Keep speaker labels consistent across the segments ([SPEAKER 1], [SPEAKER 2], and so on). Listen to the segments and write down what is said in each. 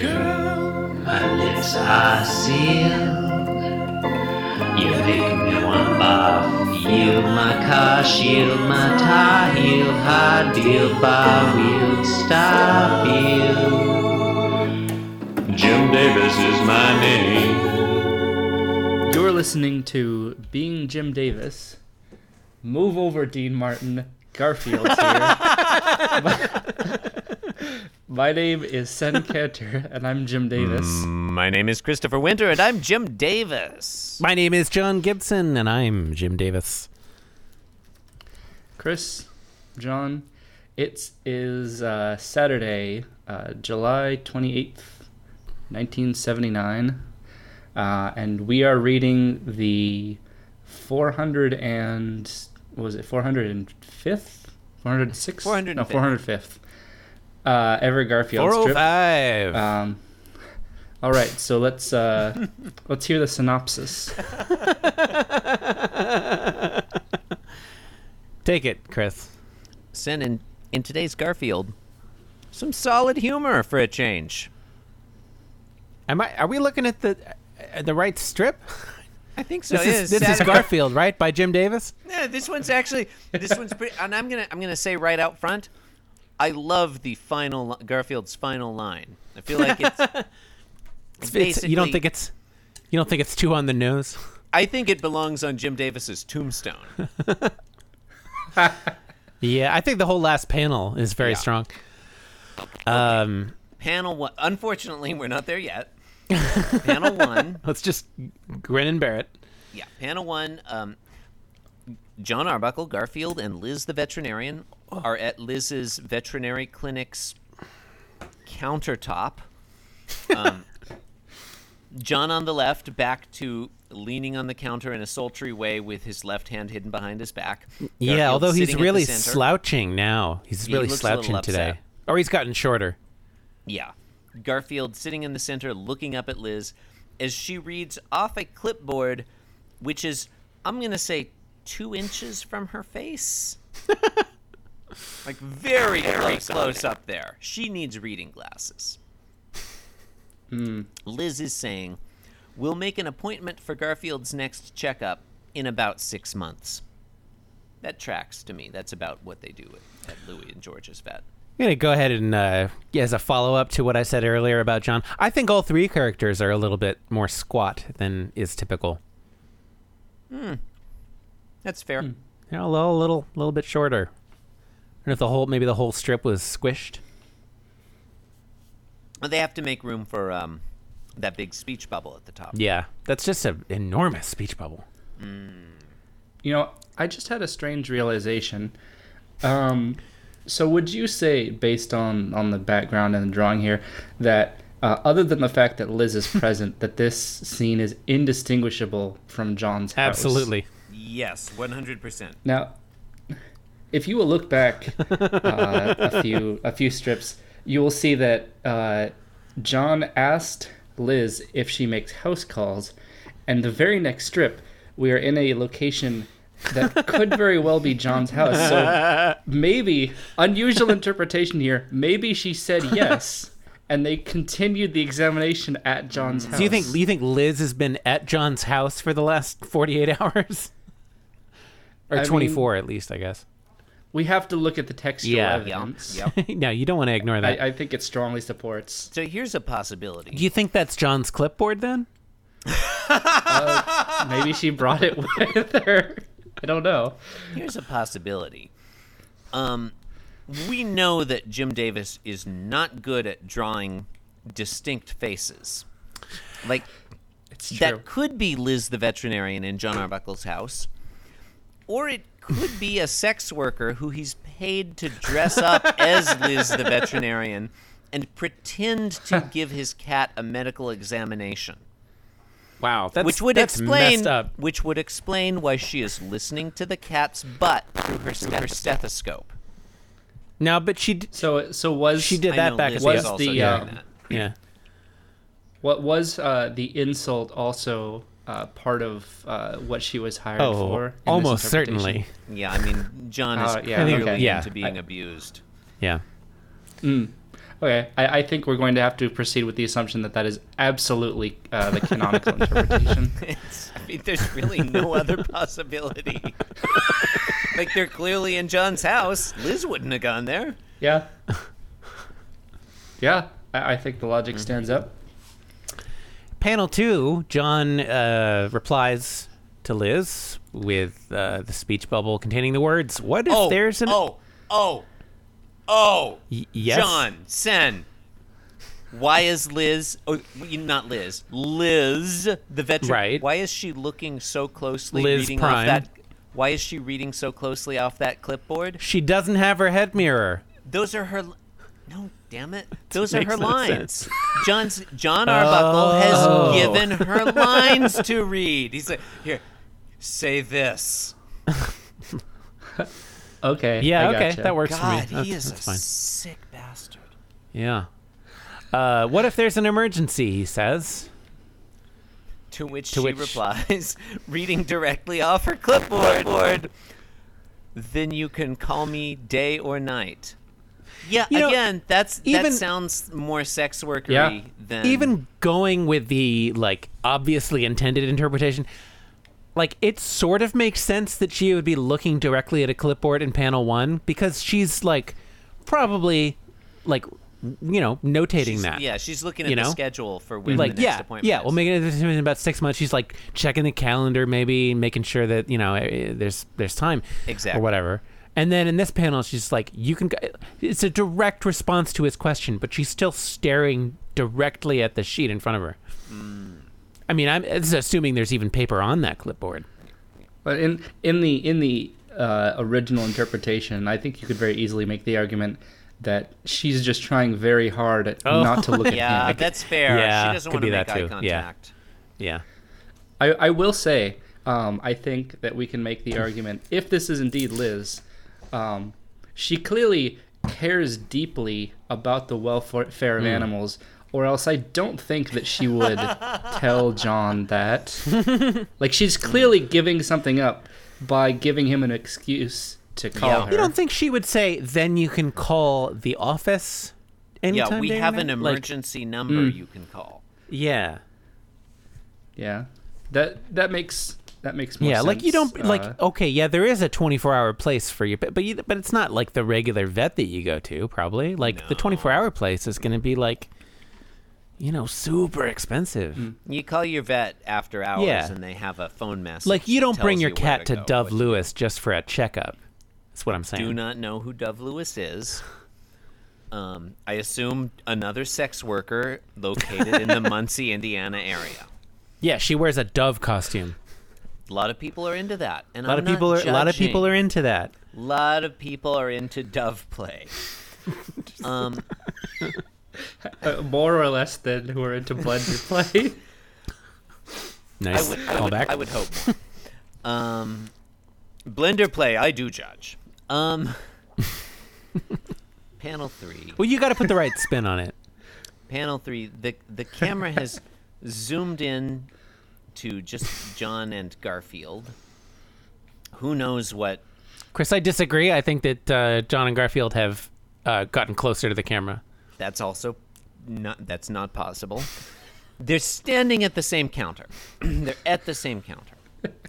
[SPEAKER 1] Girl, my lips are sealed. You make me want bath. Yield my car, shield my tie, heel, high deal, bar wheel, stop heel. Jim Davis is my name.
[SPEAKER 2] You're listening to Being Jim Davis. Move over, Dean Martin. Garfield's here. My name is Sen Cantor, and I'm Jim Davis.
[SPEAKER 3] My name is Christopher Winter, and I'm Jim Davis.
[SPEAKER 4] My name is John Gibson, and I'm Jim Davis.
[SPEAKER 2] Chris, John, it is uh, Saturday, uh, July 28th, 1979, uh, and we are reading the 400 and, what was it 405th? 406th? No,
[SPEAKER 3] 405th.
[SPEAKER 2] 405th. Uh, Everett Garfield strip.
[SPEAKER 4] 405.
[SPEAKER 2] Um, all right, so let's uh, let's hear the synopsis.
[SPEAKER 4] Take it, Chris.
[SPEAKER 3] Sin in, in today's Garfield, some solid humor for a change.
[SPEAKER 4] Am I? Are we looking at the uh, the right strip?
[SPEAKER 3] I think so.
[SPEAKER 4] This
[SPEAKER 3] yeah,
[SPEAKER 4] is this is
[SPEAKER 3] Saturday-
[SPEAKER 4] Garfield, right? By Jim Davis.
[SPEAKER 3] Yeah, this one's actually this one's pretty. And I'm gonna I'm gonna say right out front, I love the final li- Garfield's final line. I feel like it's. it's
[SPEAKER 4] It's- you don't
[SPEAKER 3] basically-
[SPEAKER 4] think it's you don't think it's too on the nose?
[SPEAKER 3] I think it belongs on Jim Davis's tombstone.
[SPEAKER 4] Yeah, I think the whole last panel is very
[SPEAKER 3] Yeah.
[SPEAKER 4] strong. Um,
[SPEAKER 3] Panel one. Unfortunately, we're not there yet. Panel one.
[SPEAKER 4] let's just grin and bear it.
[SPEAKER 3] Yeah, panel one. Um, John Arbuckle, Garfield, and Liz the veterinarian are at Liz's veterinary clinic's countertop. Um, John on the left, back to leaning on the counter in a sultry way with his left hand hidden behind his back.
[SPEAKER 4] yeah,
[SPEAKER 3] Garfield
[SPEAKER 4] although he's
[SPEAKER 3] sitting at the
[SPEAKER 4] really
[SPEAKER 3] center.
[SPEAKER 4] slouching now. He's
[SPEAKER 3] He
[SPEAKER 4] really
[SPEAKER 3] looks a little
[SPEAKER 4] slouching today.
[SPEAKER 3] upset.
[SPEAKER 4] Or he's gotten shorter.
[SPEAKER 3] Yeah. Garfield sitting in the center looking up at Liz as she reads off a clipboard, which is, I'm going to say, two inches from her face. like, very, very close up there. She needs reading glasses. Liz is saying, We'll make an appointment for Garfield's next checkup in about six months. That tracks to me. That's about what they do at, at Louis and George's vet.
[SPEAKER 4] I'm gonna go ahead and uh, yeah, as a follow up to what I said earlier about John, I think all three characters are a little bit more squat than is typical.
[SPEAKER 3] That's fair.
[SPEAKER 4] They're all a little, little bit shorter. And if the whole, maybe the whole strip was squished.
[SPEAKER 3] Well, they have to make room for um, that big speech bubble at the top.
[SPEAKER 4] Yeah, that's just an enormous speech bubble.
[SPEAKER 2] You know, I just had a strange realization. Um, so, would you say, based on on the background and the drawing here, that uh, other than the fact that Liz is present, that this scene is indistinguishable from John's house?
[SPEAKER 4] Absolutely.
[SPEAKER 3] Yes, 100%.
[SPEAKER 2] Now, if you will look back uh, a few a few strips, you will see that uh, John asked Liz if she makes house calls, and the very next strip, we are in a location that could very well be John's house. So maybe unusual interpretation here. Maybe she said yes. And they continued the examination at John's house.
[SPEAKER 4] Do you think you think Liz has been at John's house for the last 48 hours?
[SPEAKER 2] I
[SPEAKER 4] or
[SPEAKER 2] mean-
[SPEAKER 4] 24 at least, I guess.
[SPEAKER 2] we have to look at the textual
[SPEAKER 4] Yeah. Yeah.
[SPEAKER 3] Yep.
[SPEAKER 2] evidence?
[SPEAKER 3] yep.
[SPEAKER 4] no, you don't want to ignore that.
[SPEAKER 2] I, I think it strongly supports.
[SPEAKER 3] So here's a possibility.
[SPEAKER 4] Do you think that's John's clipboard then?
[SPEAKER 2] Maybe she brought it with her. I don't know.
[SPEAKER 3] Here's a possibility. Um, we know that Jim Davis is not good at drawing distinct faces. Like,
[SPEAKER 2] It's
[SPEAKER 3] that could be Liz the veterinarian in John Arbuckle's house, or it could be a sex worker who he's paid to dress up as Liz the veterinarian and pretend to give his cat a medical examination,
[SPEAKER 4] Wow, that's
[SPEAKER 3] which would
[SPEAKER 4] that's
[SPEAKER 3] explain
[SPEAKER 4] messed up.
[SPEAKER 3] which would explain why she is listening to the cat's butt through her, steth- her stethoscope.
[SPEAKER 4] No, but she d-
[SPEAKER 2] So so was
[SPEAKER 4] she did
[SPEAKER 3] I
[SPEAKER 4] that
[SPEAKER 3] know
[SPEAKER 4] back
[SPEAKER 3] Liz
[SPEAKER 4] at
[SPEAKER 3] is
[SPEAKER 4] the
[SPEAKER 3] also
[SPEAKER 2] the,
[SPEAKER 3] doing
[SPEAKER 2] um,
[SPEAKER 3] that.
[SPEAKER 4] yeah.
[SPEAKER 2] what was uh, the insult also uh, part of uh, what she was hired for?
[SPEAKER 4] Oh,
[SPEAKER 2] in this
[SPEAKER 4] almost
[SPEAKER 2] interpretation?
[SPEAKER 4] certainly.
[SPEAKER 3] Yeah, I mean John is
[SPEAKER 2] Uh, yeah,
[SPEAKER 3] clearly
[SPEAKER 2] okay.
[SPEAKER 3] into
[SPEAKER 4] Yeah.
[SPEAKER 3] being abused.
[SPEAKER 4] Yeah.
[SPEAKER 2] Okay, I, I think we're going to have to proceed with the assumption that that is absolutely uh, the canonical interpretation.
[SPEAKER 3] It's, I mean, there's really no other possibility. like they're clearly in John's house. Liz wouldn't have gone there.
[SPEAKER 2] Yeah. Yeah, I, I think the
[SPEAKER 4] Mm-hmm.
[SPEAKER 2] logic stands up.
[SPEAKER 4] Panel two, John uh, replies to Liz with uh, the speech bubble containing the words, What if
[SPEAKER 3] Oh,
[SPEAKER 4] there's an.
[SPEAKER 3] oh, oh, oh.
[SPEAKER 4] Y- yes?
[SPEAKER 3] John, Sen. Why is Liz? Oh, you- not Liz. Liz, the veteran.
[SPEAKER 4] Right.
[SPEAKER 3] Why is she looking so closely?
[SPEAKER 4] Liz
[SPEAKER 3] reading
[SPEAKER 4] Prime.
[SPEAKER 3] Off that, why is she reading so closely off that clipboard?
[SPEAKER 4] She doesn't have her head mirror.
[SPEAKER 3] Those are her. l- No, damn it. Those are
[SPEAKER 4] makes
[SPEAKER 3] her
[SPEAKER 4] no
[SPEAKER 3] lines. John's John Arbuckle
[SPEAKER 4] Oh.
[SPEAKER 3] has given her lines to read. He's like, here, say this.
[SPEAKER 2] Okay. I
[SPEAKER 4] Yeah, okay.
[SPEAKER 2] gotcha.
[SPEAKER 4] That works
[SPEAKER 3] God,
[SPEAKER 4] for me.
[SPEAKER 3] he
[SPEAKER 4] That's,
[SPEAKER 3] is a
[SPEAKER 4] that's fine.
[SPEAKER 3] sick bastard.
[SPEAKER 4] Yeah. Uh, what if there's an emergency? He says.
[SPEAKER 3] To which
[SPEAKER 4] To
[SPEAKER 3] she
[SPEAKER 4] which-
[SPEAKER 3] replies, reading directly off her clipboard. Then you can call me day or night. Yeah,
[SPEAKER 4] You know,
[SPEAKER 3] again, that's
[SPEAKER 4] even-
[SPEAKER 3] that sounds more sex workery
[SPEAKER 2] Yeah.
[SPEAKER 3] than
[SPEAKER 4] Even going with the like obviously intended interpretation, like it sort of makes sense that she would be looking directly at a clipboard in panel one because she's like probably like you know notating
[SPEAKER 3] she's-
[SPEAKER 4] that.
[SPEAKER 3] Yeah, she's looking at
[SPEAKER 4] you
[SPEAKER 3] the
[SPEAKER 4] know?
[SPEAKER 3] schedule for when
[SPEAKER 4] Like
[SPEAKER 3] the next
[SPEAKER 4] yeah,
[SPEAKER 3] appointment.
[SPEAKER 4] yeah.
[SPEAKER 3] is.
[SPEAKER 4] We'll make it a decision in about six months. She's like checking the calendar, maybe making sure that you know eh, there's there's time,
[SPEAKER 3] Exactly.
[SPEAKER 4] or whatever. And then in this panel, she's like, "You can." go- It's a direct response to his question, but she's still staring directly at the sheet in front of her.
[SPEAKER 3] Mm.
[SPEAKER 4] I mean, I'm this is assuming there's even paper on that clipboard.
[SPEAKER 2] But in in the in the uh, original interpretation, I think you could very easily make the argument that she's just trying very hard at
[SPEAKER 4] Oh.
[SPEAKER 2] not to look at
[SPEAKER 3] Yeah,
[SPEAKER 2] him.
[SPEAKER 3] that's fair.
[SPEAKER 4] Yeah,
[SPEAKER 3] she doesn't
[SPEAKER 4] could
[SPEAKER 3] want to
[SPEAKER 4] be
[SPEAKER 3] make
[SPEAKER 4] that
[SPEAKER 3] eye
[SPEAKER 4] too.
[SPEAKER 3] contact.
[SPEAKER 4] Yeah. Yeah.
[SPEAKER 2] I, I will say, um, I think that we can make the argument if this is indeed Liz, um, she clearly cares deeply about the welfare of
[SPEAKER 3] Hmm.
[SPEAKER 2] animals, or else I don't think that she would tell John that. like she's clearly giving something up by giving him an excuse to call
[SPEAKER 3] Yeah.
[SPEAKER 2] her.
[SPEAKER 4] You don't think she would say, "Then you can call the office." Anytime
[SPEAKER 3] Yeah, we
[SPEAKER 4] day or
[SPEAKER 3] have an
[SPEAKER 4] night?" Like,
[SPEAKER 3] emergency number
[SPEAKER 4] mm.
[SPEAKER 3] you can call.
[SPEAKER 4] yeah.
[SPEAKER 2] Yeah, that that makes that makes more
[SPEAKER 4] yeah
[SPEAKER 2] sense.
[SPEAKER 4] like you don't
[SPEAKER 2] uh,
[SPEAKER 4] like okay yeah there is a 24 hour place for you but but, you, but it's not like the regular vet that you go to probably like the 24 hour place is going to be like you know super expensive
[SPEAKER 3] You call your vet after hours,
[SPEAKER 4] Yeah.
[SPEAKER 3] and they have a phone message.
[SPEAKER 4] like you don't
[SPEAKER 3] that
[SPEAKER 4] bring
[SPEAKER 3] tells
[SPEAKER 4] your
[SPEAKER 3] you where
[SPEAKER 4] cat to
[SPEAKER 3] go,
[SPEAKER 4] dove
[SPEAKER 3] but
[SPEAKER 4] lewis just for a checkup that's what i'm saying
[SPEAKER 3] Do not know who Dove Lewis is. Um, I assume another sex worker located in the Muncie, Indiana area.
[SPEAKER 4] yeah she wears a dove costume
[SPEAKER 3] A lot of people are into that, and
[SPEAKER 4] a lot of people are a lot of people are into that
[SPEAKER 3] A lot of people are into dove play. um,
[SPEAKER 2] uh, more or less than who are into blood to play.
[SPEAKER 4] nice
[SPEAKER 3] I would,
[SPEAKER 4] callback
[SPEAKER 3] I would hope. more. um, blender play, I do judge. Um, panel three.
[SPEAKER 4] well you got to put the right spin on it
[SPEAKER 3] Panel three. The the camera has zoomed in to just John and Garfield. Who knows what?
[SPEAKER 4] chris i disagree i think that uh, john and garfield have uh, gotten closer to the camera
[SPEAKER 3] That's also not. That's not possible. They're standing at the same counter. They're at the same counter.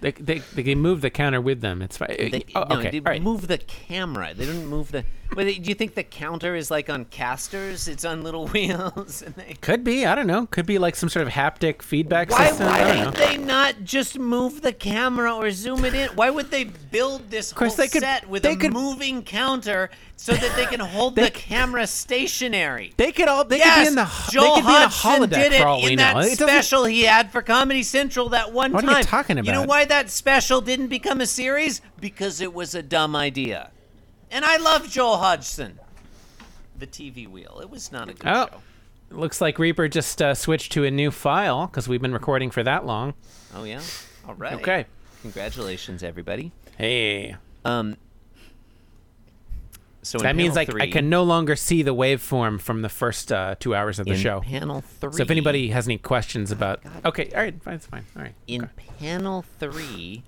[SPEAKER 4] They, they, they can move the counter with them. It's fine.
[SPEAKER 3] They,
[SPEAKER 4] oh,
[SPEAKER 3] no,
[SPEAKER 4] okay.
[SPEAKER 3] they
[SPEAKER 4] All right.
[SPEAKER 3] move the camera. They didn't move the. Well, they, do you think the counter is like on casters? It's on little wheels, and they.
[SPEAKER 4] Could be. I don't know. Could be like some sort of haptic feedback
[SPEAKER 3] Why
[SPEAKER 4] system. I don't
[SPEAKER 3] would
[SPEAKER 4] know.
[SPEAKER 3] they not just move the camera or zoom it in? Why would they build this
[SPEAKER 4] course,
[SPEAKER 3] whole
[SPEAKER 4] they could-
[SPEAKER 3] set with
[SPEAKER 4] they
[SPEAKER 3] a
[SPEAKER 4] could-
[SPEAKER 3] moving counter so that they can hold the camera stationary?
[SPEAKER 4] They could all. They could
[SPEAKER 3] yes,
[SPEAKER 4] be in the. h-
[SPEAKER 3] Joel
[SPEAKER 4] they could
[SPEAKER 3] Hodgson
[SPEAKER 4] be in a holodeck
[SPEAKER 3] did it
[SPEAKER 4] for all
[SPEAKER 3] in
[SPEAKER 4] we
[SPEAKER 3] that
[SPEAKER 4] know. It doesn't-
[SPEAKER 3] special he had for Comedy Central that one
[SPEAKER 4] What are
[SPEAKER 3] time.
[SPEAKER 4] you talking
[SPEAKER 3] You know
[SPEAKER 4] about?
[SPEAKER 3] why that special didn't become a series? Because it was a dumb idea. And I love Joel Hodgson. The TV wheel. It was not a good
[SPEAKER 4] Oh.
[SPEAKER 3] show.
[SPEAKER 4] Looks like Reaper just uh, switched to a new file because we've been recording for that long.
[SPEAKER 3] Oh yeah. All right.
[SPEAKER 4] Okay.
[SPEAKER 3] Congratulations, everybody.
[SPEAKER 4] Hey.
[SPEAKER 3] Um. So in
[SPEAKER 4] That means
[SPEAKER 3] panel
[SPEAKER 4] I,
[SPEAKER 3] three,
[SPEAKER 4] I can no longer see the waveform from the first uh, two hours of the
[SPEAKER 3] in
[SPEAKER 4] show.
[SPEAKER 3] Panel three. Oh
[SPEAKER 4] So if anybody has any questions about. Okay. All right. Fine. It's fine. All right.
[SPEAKER 3] in panel three,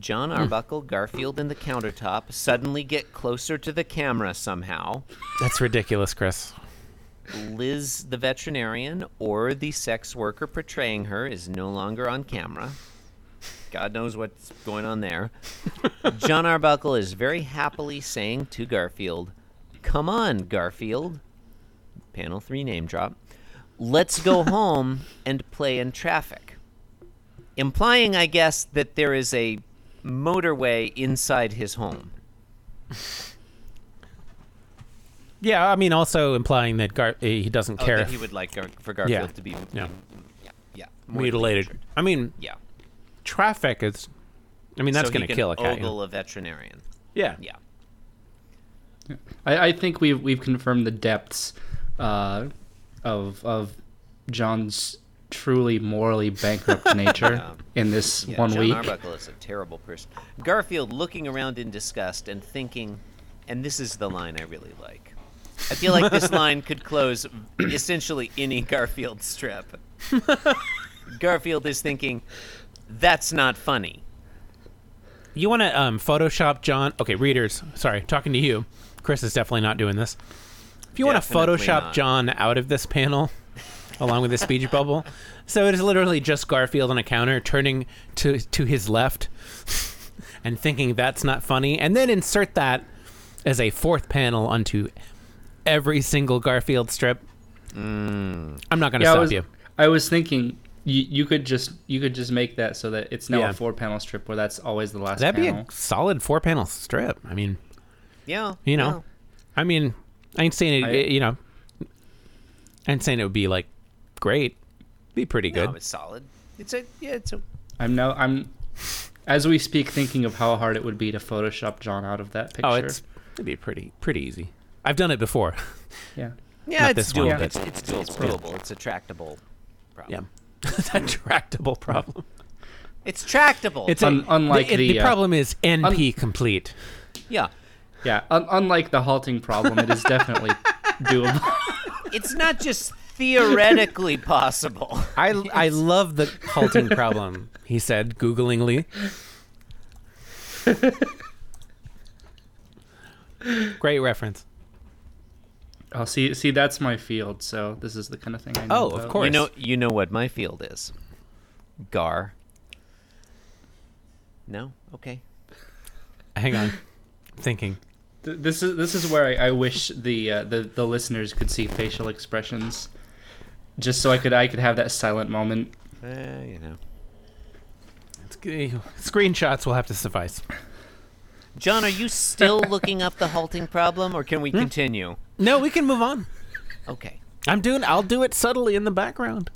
[SPEAKER 3] John
[SPEAKER 4] Hmm.
[SPEAKER 3] Arbuckle, Garfield, and the countertop suddenly get closer to the camera somehow.
[SPEAKER 4] That's ridiculous, Chris.
[SPEAKER 3] Liz the veterinarian or the sex worker portraying her is no longer on camera. God knows what's going on there. John Arbuckle is very happily saying to Garfield, Come on, Garfield. Panel 3 name drop. Let's go home and play in traffic. Implying, I guess, that there is a motorway inside his home.
[SPEAKER 4] Yeah, I mean, also implying that Gar- eh, he doesn't
[SPEAKER 3] Oh,
[SPEAKER 4] care
[SPEAKER 3] that
[SPEAKER 4] if
[SPEAKER 3] he would like Gar- for Garfield to be
[SPEAKER 4] yeah.
[SPEAKER 3] yeah, yeah, more than
[SPEAKER 4] mutilated.
[SPEAKER 3] injured.
[SPEAKER 4] I mean,
[SPEAKER 3] Yeah.
[SPEAKER 4] traffic is. I mean, that's
[SPEAKER 3] So he
[SPEAKER 4] going to
[SPEAKER 3] can
[SPEAKER 4] kill a cat. you know?
[SPEAKER 3] Ogle a veterinarian.
[SPEAKER 4] Yeah.
[SPEAKER 3] Yeah.
[SPEAKER 2] I, I think we've we've confirmed the depths uh, of of John's truly morally bankrupt nature in this
[SPEAKER 3] Yeah,
[SPEAKER 2] one
[SPEAKER 3] John
[SPEAKER 2] week.
[SPEAKER 3] Arbuckle is a terrible person. Garfield looking around in disgust and thinking, and this is the line I really like. I feel like this line could close essentially any Garfield strip. Garfield is thinking, that's not funny.
[SPEAKER 4] You want to um, Photoshop John? Okay, readers, sorry, talking to you. Chris is definitely not doing this. If you want to
[SPEAKER 3] Definitely
[SPEAKER 4] Photoshop
[SPEAKER 3] not.
[SPEAKER 4] John out of this panel, along with the speech bubble, so it is literally just Garfield on a counter turning to to his left and thinking that's not funny, and then insert that as a fourth panel onto every single Garfield strip.
[SPEAKER 3] Mm.
[SPEAKER 4] I'm not going to
[SPEAKER 2] Yeah, I
[SPEAKER 4] stop
[SPEAKER 2] was,
[SPEAKER 4] you.
[SPEAKER 2] I was thinking you, you could just you could just make that so that it's now
[SPEAKER 4] Yeah.
[SPEAKER 2] a four panel strip where that's always the last
[SPEAKER 4] That'd be
[SPEAKER 2] panel.
[SPEAKER 4] a solid four panel strip. I mean.
[SPEAKER 3] Yeah.
[SPEAKER 4] You know, I mean, I ain't saying it.
[SPEAKER 2] I-
[SPEAKER 4] it- you know, I ain't saying it would be like great. Be pretty
[SPEAKER 3] No,
[SPEAKER 4] good.
[SPEAKER 3] it's solid. It's a, yeah, it's a,
[SPEAKER 2] I'm now I'm as we speak thinking of how hard it would be to Photoshop John out of that picture.
[SPEAKER 4] oh, it's it'd be pretty pretty easy. I've done it before.
[SPEAKER 2] yeah.
[SPEAKER 3] yeah,
[SPEAKER 4] Not
[SPEAKER 3] it's
[SPEAKER 4] this one,
[SPEAKER 3] doable.
[SPEAKER 4] but-
[SPEAKER 3] It's, it's doable. It's doable. It's a tractable problem.
[SPEAKER 4] yeah, that tractable problem.
[SPEAKER 3] It's tractable.
[SPEAKER 4] It's
[SPEAKER 2] Un-
[SPEAKER 4] a,
[SPEAKER 2] unlike
[SPEAKER 4] the, it- the
[SPEAKER 2] the, uh,
[SPEAKER 4] problem is NP complete.
[SPEAKER 3] yeah.
[SPEAKER 2] Yeah, un- unlike the halting problem, it is definitely doable.
[SPEAKER 3] It's not just theoretically possible.
[SPEAKER 4] I I love the halting problem. He said googlingly. Great reference.
[SPEAKER 2] Oh, see, see, that's my field. So this is the kind of thing I know.
[SPEAKER 4] Oh, of
[SPEAKER 2] about.
[SPEAKER 4] course.
[SPEAKER 3] You know, you know what my field is. Gar. No. Okay.
[SPEAKER 4] Hang on, thinking.
[SPEAKER 2] Th- This is this is where I, I wish the, uh, the the listeners could see facial expressions, just so I could I could have that silent moment.
[SPEAKER 3] Uh, you know.
[SPEAKER 4] It's g- eh, Screenshots will have to suffice.
[SPEAKER 3] John, are you still looking up the halting problem, or can
[SPEAKER 4] Hmm?
[SPEAKER 3] we continue?
[SPEAKER 4] No, we can move on.
[SPEAKER 3] Okay.
[SPEAKER 4] I'm doing. I'll do it subtly in the background.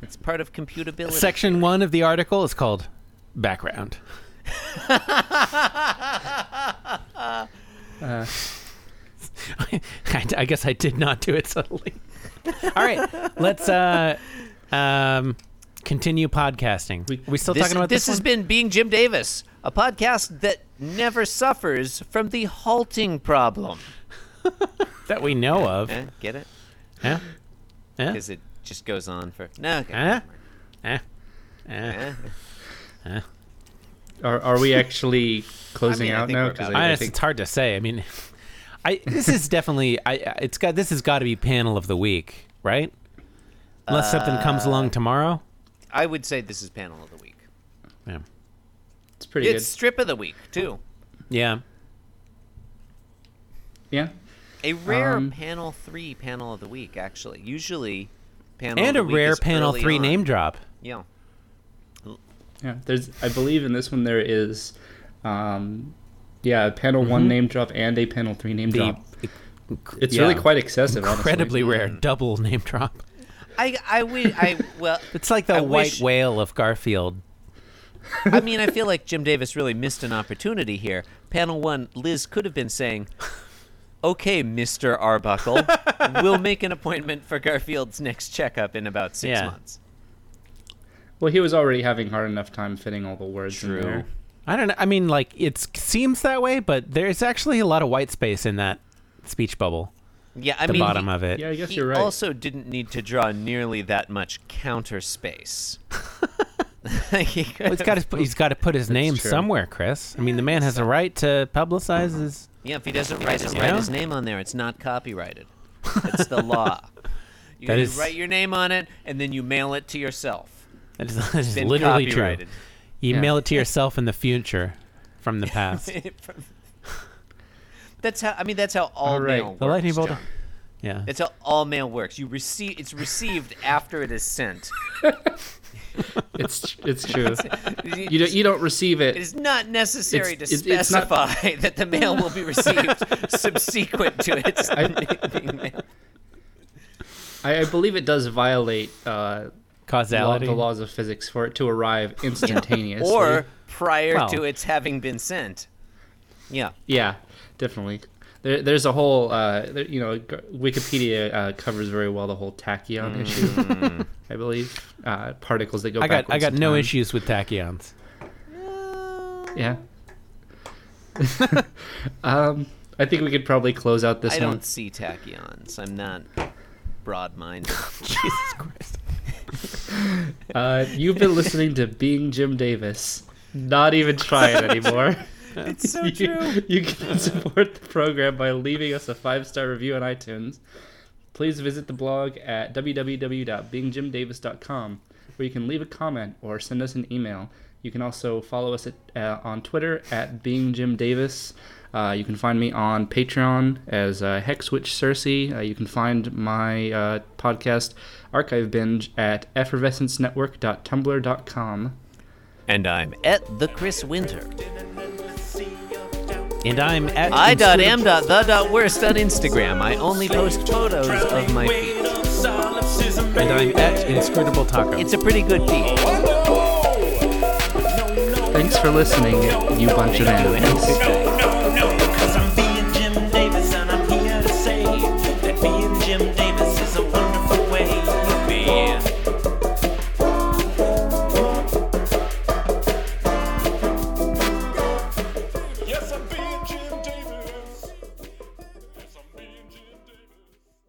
[SPEAKER 3] It's part of computability.
[SPEAKER 4] Section one of the article is called "Background." Uh, I, I guess I did not do it subtly. All right, let's uh, um, continue podcasting. We, we still
[SPEAKER 3] This,
[SPEAKER 4] talking about
[SPEAKER 3] this
[SPEAKER 4] this?
[SPEAKER 3] has
[SPEAKER 4] one?
[SPEAKER 3] been Being Jim Davis, a podcast that never suffers from the halting problem.
[SPEAKER 4] that we know of.
[SPEAKER 3] Eh, get it?
[SPEAKER 4] Yeah. Yeah.
[SPEAKER 3] Because it just goes on for. No. Okay.
[SPEAKER 4] Eh? Eh? Eh?
[SPEAKER 3] Eh.
[SPEAKER 2] Are are we actually closing
[SPEAKER 3] I
[SPEAKER 2] out
[SPEAKER 3] think
[SPEAKER 2] now?
[SPEAKER 3] we're about
[SPEAKER 4] I,
[SPEAKER 2] I
[SPEAKER 4] it's-
[SPEAKER 2] think
[SPEAKER 4] it's hard to say. I mean, I this is definitely I I- it's got this has got to be panel of the week, right? Unless something comes along tomorrow.
[SPEAKER 3] I would say this is panel of the week.
[SPEAKER 4] Yeah.
[SPEAKER 2] it's pretty
[SPEAKER 3] It's strip of the week too.
[SPEAKER 4] Yeah.
[SPEAKER 2] good. Yeah.
[SPEAKER 3] A rare
[SPEAKER 2] Um,
[SPEAKER 3] panel three panel of the week, actually. Usually, panel
[SPEAKER 4] And
[SPEAKER 3] of
[SPEAKER 4] a
[SPEAKER 3] the week
[SPEAKER 4] rare
[SPEAKER 3] is
[SPEAKER 4] panel
[SPEAKER 3] early
[SPEAKER 4] 3
[SPEAKER 3] on.
[SPEAKER 4] name drop.
[SPEAKER 3] Yeah,
[SPEAKER 2] Yeah, there's. I believe in this one there is, um, yeah, a panel one name drop and a panel three name
[SPEAKER 4] Mm-hmm. The
[SPEAKER 2] drop. It's really
[SPEAKER 4] yeah.
[SPEAKER 2] quite excessive. honestly. Mm.
[SPEAKER 4] incredibly rare double name drop.
[SPEAKER 3] I I would I well.
[SPEAKER 4] It's like the
[SPEAKER 3] I
[SPEAKER 4] white
[SPEAKER 3] wish-
[SPEAKER 4] whale of Garfield.
[SPEAKER 3] I mean, I feel like Jim Davis really missed an opportunity here. Panel one, Liz could have been saying, "Okay, Mister Arbuckle, we'll make an appointment for Garfield's next checkup in about six
[SPEAKER 4] Yeah.
[SPEAKER 3] months."
[SPEAKER 2] Well, he was already having hard enough time fitting all the words in there.
[SPEAKER 4] I don't know. I mean, like it seems that way, but there's actually a lot of white space in that speech bubble.
[SPEAKER 3] Yeah, I
[SPEAKER 4] The
[SPEAKER 3] mean,
[SPEAKER 4] bottom
[SPEAKER 3] he,
[SPEAKER 4] of it.
[SPEAKER 2] Yeah, I guess
[SPEAKER 3] he
[SPEAKER 2] you're right.
[SPEAKER 3] also didn't need to draw nearly that much counter space. He could
[SPEAKER 4] Well, he's
[SPEAKER 3] have-
[SPEAKER 4] got to he's got to put his name
[SPEAKER 2] true.
[SPEAKER 4] somewhere, Chris. I mean, the man has a right to publicize his
[SPEAKER 3] Yeah, if he doesn't write, his,
[SPEAKER 4] you
[SPEAKER 3] write
[SPEAKER 4] know?
[SPEAKER 3] his name on there, it's not copyrighted. It's the law. You,
[SPEAKER 4] That
[SPEAKER 3] you
[SPEAKER 4] is-
[SPEAKER 3] write your name on it, and then you mail it to yourself.
[SPEAKER 4] That is, that is
[SPEAKER 3] Been
[SPEAKER 4] literally
[SPEAKER 3] copyrighted.
[SPEAKER 4] true. You
[SPEAKER 2] Yeah.
[SPEAKER 4] mail it to yourself in the future from the past.
[SPEAKER 3] that's how. I mean, that's how all,
[SPEAKER 2] All right.
[SPEAKER 3] mail works.
[SPEAKER 4] the lightning bolt.
[SPEAKER 3] John.
[SPEAKER 4] Yeah.
[SPEAKER 3] That's how all mail works. You receive. It's received after it is sent.
[SPEAKER 2] It's it's true. You don't you don't receive
[SPEAKER 3] It
[SPEAKER 2] it.
[SPEAKER 3] is not necessary
[SPEAKER 2] It's-
[SPEAKER 3] to
[SPEAKER 2] it's- it's not-
[SPEAKER 3] specify that the mail will be received subsequent to its being mailed.
[SPEAKER 2] I, I believe it does violate uh, law,
[SPEAKER 4] Causality.
[SPEAKER 2] the laws of physics for it to arrive instantaneously.
[SPEAKER 3] or prior
[SPEAKER 4] Well.
[SPEAKER 3] to its having been sent. Yeah.
[SPEAKER 2] yeah, definitely. There, there's a whole uh, there, you know g- Wikipedia uh, covers very well the whole tachyon issue. I believe uh, particles that go.
[SPEAKER 4] Mm. I got I
[SPEAKER 2] backwards
[SPEAKER 4] got
[SPEAKER 2] in
[SPEAKER 4] no
[SPEAKER 2] time.
[SPEAKER 4] issues with tachyons.
[SPEAKER 2] Yeah. um, I think we could probably close out this
[SPEAKER 3] I
[SPEAKER 2] one.
[SPEAKER 3] don't see tachyons. I'm not broad-minded.
[SPEAKER 4] Jesus Christ.
[SPEAKER 2] Uh, you've been listening to Being Jim Davis. Not even trying anymore.
[SPEAKER 3] it's so
[SPEAKER 2] you, you can support the program by leaving us a five star review on iTunes. Please visit the blog at www.beingjimdavis.com where you can leave a comment or send us an email. You can also follow us at, uh, on Twitter at beingjimdavis. Uh, you can find me on Patreon as uh, Hexwitch Cersei. Uh, you can find my uh, podcast Archive Binge at effervescencenetwork.tumblr.com.
[SPEAKER 3] And I'm at the Chris Winter.
[SPEAKER 4] And I'm at
[SPEAKER 3] I dot am dot the dot worst on Instagram. I only post photos of my feet.
[SPEAKER 4] and I'm at inscrutable taco.
[SPEAKER 3] It's a pretty good feed.
[SPEAKER 2] Thanks for listening, you bunch of animals.
[SPEAKER 5] No, no, no.